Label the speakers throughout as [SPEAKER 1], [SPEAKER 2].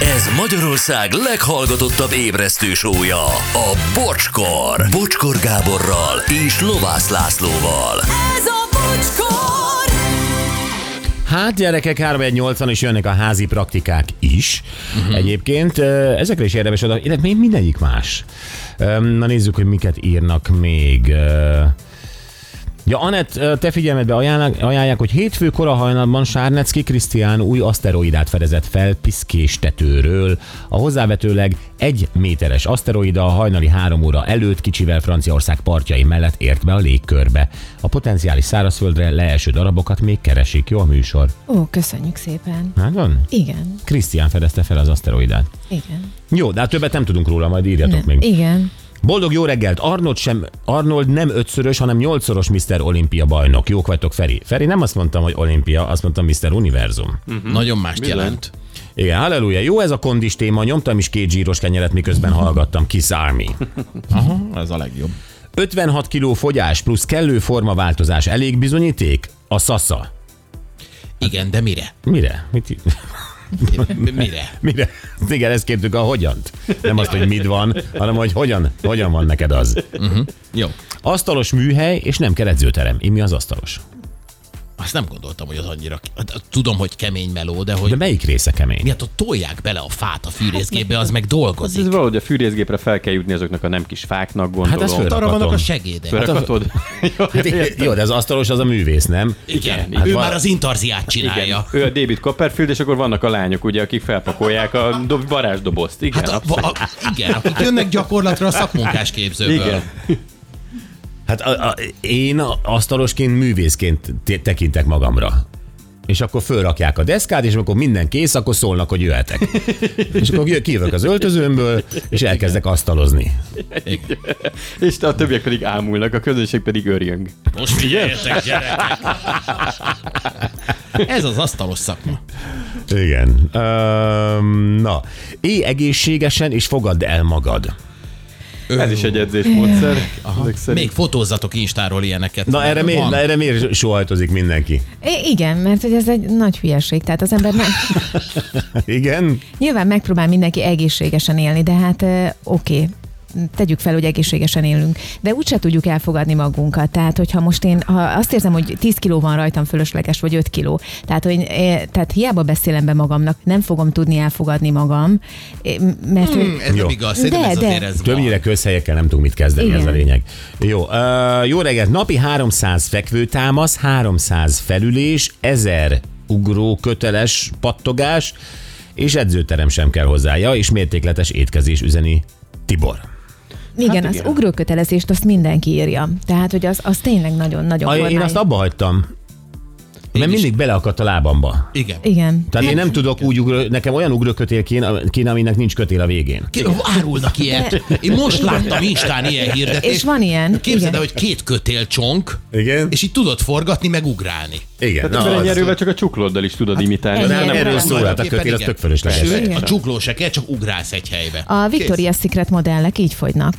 [SPEAKER 1] Ez Magyarország leghallgatottabb ébresztő sója, a Bocskor. Bocskor Gáborral és Lovász Lászlóval.
[SPEAKER 2] Ez a bocskor!
[SPEAKER 3] Hát gyerekek, 380 is jönnek a házi praktikák is. Uh-huh. Egyébként ö, ezekre is érdemes oda, illetve még mindegyik más. Öm, Na nézzük, hogy miket írnak még. Ö, Ja, Anett, ö, te figyelmedbe ajánlák, ajánlják, hogy hétfő kora hajnalban Sárnecki Krisztián új aszteroidát fedezett fel piszkéstetőről. A hozzávetőleg egy méteres aszteroida a hajnali három óra előtt kicsivel Franciaország partjai mellett ért be a légkörbe. A potenciális szárazföldre leeső darabokat még keresik. Jó a műsor.
[SPEAKER 4] Ó, köszönjük szépen.
[SPEAKER 3] Hát van?
[SPEAKER 4] Igen,
[SPEAKER 3] Krisztián fedezte fel az aszteroidát.
[SPEAKER 4] igen.
[SPEAKER 3] Jó, de hát többet nem tudunk róla, majd írjatok
[SPEAKER 4] Nem,
[SPEAKER 3] még.
[SPEAKER 4] igen.
[SPEAKER 3] Boldog jó reggelt! Arnold, sem, Arnold nem ötszörös, hanem nyolcszoros Mr. Olimpia bajnok. Jók vagytok, Feri. Feri, nem azt mondtam, hogy olimpia, azt mondtam Mr. Univerzum.
[SPEAKER 5] Nagyon mást Bizony. jelent.
[SPEAKER 3] Igen, halleluja. Jó ez a kondis téma, nyomtam is két zsíros kenyeret, miközben hallgattam. Kiss Army.
[SPEAKER 5] Aha, ez a legjobb.
[SPEAKER 3] 56 kiló fogyás plusz kellő formaváltozás elég bizonyíték? A szasza.
[SPEAKER 5] Igen, de mire?
[SPEAKER 3] Mire? Mit,
[SPEAKER 5] Mire?
[SPEAKER 3] mire? Igen, ezt kértük a hogyant. Nem azt, hogy mit van, hanem hogy hogyan, hogyan van neked az.
[SPEAKER 5] Jó.
[SPEAKER 3] Asztalos műhely, és nem kell edzőterem. Én mi az asztalos?
[SPEAKER 5] Azt nem gondoltam, hogy az annyira... hát, Tudom, hogy kemény meló, de hogy...
[SPEAKER 3] De melyik része kemény?
[SPEAKER 5] Miért ott tolják bele a fát a fűrészgépbe, az meg dolgozik.
[SPEAKER 6] Hát, Ez valahogy a fűrészgépre fel kell jutni azoknak a nem kis fáknak,
[SPEAKER 3] Hát
[SPEAKER 6] gondolom.
[SPEAKER 3] ez föl-
[SPEAKER 6] Hát
[SPEAKER 5] Arra vannak
[SPEAKER 3] Rakatom.
[SPEAKER 5] a segédek. Hát,
[SPEAKER 6] Förakatod? Jó,
[SPEAKER 3] Hát,
[SPEAKER 6] értem.
[SPEAKER 3] jó, de az asztalos az a művész, nem?
[SPEAKER 5] igen,
[SPEAKER 3] hát
[SPEAKER 5] ő
[SPEAKER 3] van-
[SPEAKER 5] már az intarziát
[SPEAKER 6] Igen.
[SPEAKER 5] csinálja.
[SPEAKER 6] Ő a David Copperfield, és akkor vannak a lányok, ugye, akik felpakolják a dob- varázsdobozt. Igen.
[SPEAKER 5] Hát a, a, a, igen, akik jönnek gyakorlatra a szakmunkás képzőből.
[SPEAKER 6] Igen.
[SPEAKER 3] Hát a, a, én asztalosként művészként te- tekintek magamra. És akkor fölrakják a deszkát, és amikor minden kész, akkor szólnak, hogy jöhetek. És akkor jö- kijövök az öltözőmből, és elkezdek asztalozni.
[SPEAKER 6] És a többiek pedig ámulnak, a közönség pedig örjöng.
[SPEAKER 5] Most figyeljetek, gyerekek! Ez az asztalos szakma.
[SPEAKER 3] Igen. Um, na, éj egészségesen, és fogadd el magad.
[SPEAKER 6] Ez is egy edzésmódszer. ezek szerint.
[SPEAKER 5] Még fotózzatok Instáról ilyeneket.
[SPEAKER 3] Na erre, miért,
[SPEAKER 5] Van.
[SPEAKER 3] na, erre miért sóhajtozik mindenki?
[SPEAKER 4] I- igen, mert hogy ez egy nagy hülyeség. Tehát az ember nem,
[SPEAKER 3] Igen?
[SPEAKER 4] nyilván megpróbál mindenki egészségesen élni, de hát ö, oké. tegyük fel, hogy egészségesen élünk, de úgyse tudjuk elfogadni magunkat. Tehát, hogyha most én ha azt érzem, hogy 10 kiló van rajtam fölösleges, vagy 5 kiló, tehát, hogy, eh, tehát hiába beszélem be magamnak, nem fogom tudni elfogadni magam, eh, mert hmm.
[SPEAKER 5] Ez
[SPEAKER 3] Jó.
[SPEAKER 5] nem igaz, szerintem
[SPEAKER 4] De,
[SPEAKER 5] ez
[SPEAKER 4] de.
[SPEAKER 5] azért ez van.
[SPEAKER 3] Többnyire közhelyekkel nem tudunk mit kezdeni, Igen.
[SPEAKER 4] Igen.
[SPEAKER 3] ez a lényeg. Jó, uh, jó reggelt! Napi 300 fekvőtámasz, 300 felülés, 1000 ugró köteles pattogás, és edzőterem sem kell hozzája, és mértékletes étkezés üzeni Tibor.
[SPEAKER 4] igen, hát az
[SPEAKER 6] igen.
[SPEAKER 4] ugrókötelezést azt mindenki írja. Tehát, hogy az, az tényleg nagyon-nagyon
[SPEAKER 3] A, én
[SPEAKER 4] kormány.
[SPEAKER 3] azt abba hagytam, mert mindig beleakadt a lábamba.
[SPEAKER 5] Igen.
[SPEAKER 4] Igen.
[SPEAKER 3] Tehát én nem tudok úgy ugrő, nekem olyan ugrőkötél kéne, kéne, aminek nincs kötél a végén.
[SPEAKER 5] Ki- Árulnak ilyet. Én most láttam Instán ilyen hirdetést.
[SPEAKER 4] És van ilyen,
[SPEAKER 5] Képzeld
[SPEAKER 4] igen.
[SPEAKER 5] el, hogy két kötél csonk,
[SPEAKER 3] Igen?
[SPEAKER 5] és így tudod forgatni, meg ugrálni.
[SPEAKER 3] Igen.
[SPEAKER 6] Tehát
[SPEAKER 3] az-
[SPEAKER 6] ebben erővel csak a csuklóddal is
[SPEAKER 5] Hát
[SPEAKER 6] tudod imitálni.
[SPEAKER 4] ennyi.
[SPEAKER 6] Nem, nem,
[SPEAKER 4] Erről
[SPEAKER 6] nem.
[SPEAKER 3] szól, hát a kötél az
[SPEAKER 5] Igen.
[SPEAKER 3] tök fölösleges.
[SPEAKER 5] Sőt,
[SPEAKER 4] Igen.
[SPEAKER 5] a csukló se kell, csak ugrálsz egy helybe.
[SPEAKER 4] A Victoria's Secret modellek így fogynak.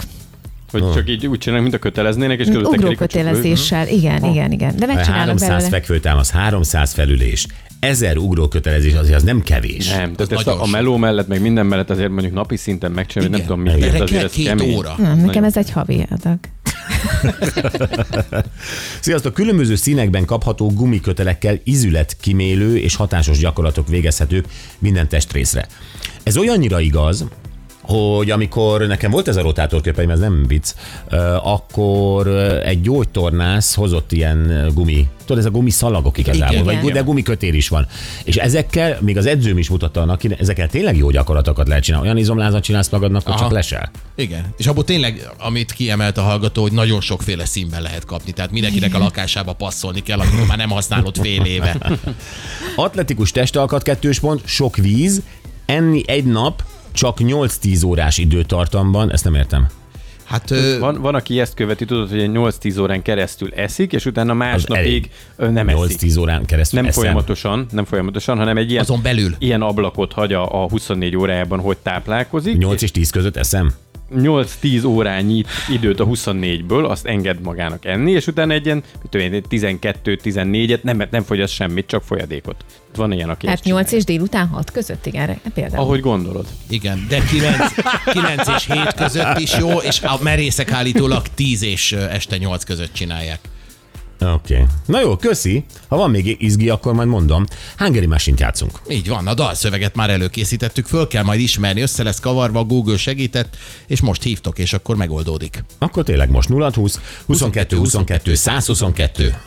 [SPEAKER 6] Hogy csak így úgy csinálnak, mint a köteleznének, és közül tekerik a csuklót.
[SPEAKER 4] Ugrókötelezéssel, igen, igen, igen. De megcsinálnak
[SPEAKER 3] 300
[SPEAKER 4] belőle.
[SPEAKER 3] fekvőtámasz, 300 felülés, 1000 ugrókötelezés, azért az nem kevés.
[SPEAKER 6] Nem, tehát ezt
[SPEAKER 5] nagyon
[SPEAKER 6] a, a
[SPEAKER 5] sok.
[SPEAKER 6] meló mellett, meg minden mellett azért mondjuk napi szinten megcsinálni, nem
[SPEAKER 5] Igen.
[SPEAKER 6] tudom miért,
[SPEAKER 5] Erre
[SPEAKER 6] azért
[SPEAKER 5] kell
[SPEAKER 6] ez
[SPEAKER 5] két
[SPEAKER 6] kemény.
[SPEAKER 5] óra.
[SPEAKER 4] Nem, Hm, nekem ez egy havi adag.
[SPEAKER 3] Sziasztok! Különböző színekben kapható gumikötelekkel izületkímélő és hatásos gyakorlatok végezhetők minden testrészre. Ez olyannyira igaz, hogy amikor nekem volt ez a rotátorköpeim, ez nem vicc, ö, akkor ö, egy gyógytornász hozott ilyen ö, gumi, tudod, ez a gumi szalagok igazából,
[SPEAKER 5] Igen.
[SPEAKER 3] vagy, gu- de gumikötél is van. És ezekkel, még az edzőm is mutatta annak, ide- ezekkel tényleg jó gyakorlatokat lehet csinálni. Olyan izomlázat csinálsz magadnak, hogy
[SPEAKER 5] Aha.
[SPEAKER 3] csak lesel.
[SPEAKER 5] Igen. És abból tényleg, amit kiemelt a hallgató, hogy nagyon sokféle színben lehet kapni. Tehát mindenkinek a lakásába passzolni kell, amikor már nem használod fél éve.
[SPEAKER 3] Atletikus testalkat kettős pont, sok víz, enni egy nap, csak 8-10 órás időtartamban, ezt nem értem.
[SPEAKER 5] Hát ö,
[SPEAKER 6] Van, van, aki ezt követi, tudod, hogy ilyen 8-10 órán keresztül eszik, és utána másnapig
[SPEAKER 3] elég.
[SPEAKER 6] ö, nem eszik.
[SPEAKER 3] 8-10 órán keresztül
[SPEAKER 6] Nem
[SPEAKER 3] eszem.
[SPEAKER 6] folyamatosan, nem folyamatosan, hanem egy ilyen,
[SPEAKER 5] Azon belül.
[SPEAKER 6] ilyen ablakot hagy a, a 24 órájában, hogy táplálkozik.
[SPEAKER 3] 8 és 10 között eszem?
[SPEAKER 6] 8-10 órányi időt a 24-ből, azt enged magának enni, és utána egy ilyen mit tudom én, 12-14-et nem, nem fogyaszt semmit, csak folyadékot. Van ilyen, aki
[SPEAKER 4] Tehát
[SPEAKER 6] ezt csinálja.
[SPEAKER 4] 8 Hát és délután 6 között, igen, re- például.
[SPEAKER 6] Ahogy gondolod.
[SPEAKER 5] Igen, de 9, 9 és 7 között is jó, és a merészek állítólag 10 és ö, este 8 között csinálják.
[SPEAKER 3] Oké. Okay. Na jó, köszi. Ha van még izgi, akkor majd mondom. Hungary machine játszunk.
[SPEAKER 5] Így van, a dalszöveget már előkészítettük, föl kell majd ismerni, össze lesz kavarva, Google segített, és most hívtok, és akkor megoldódik.
[SPEAKER 3] Akkor tényleg most 0 20 22 22 122.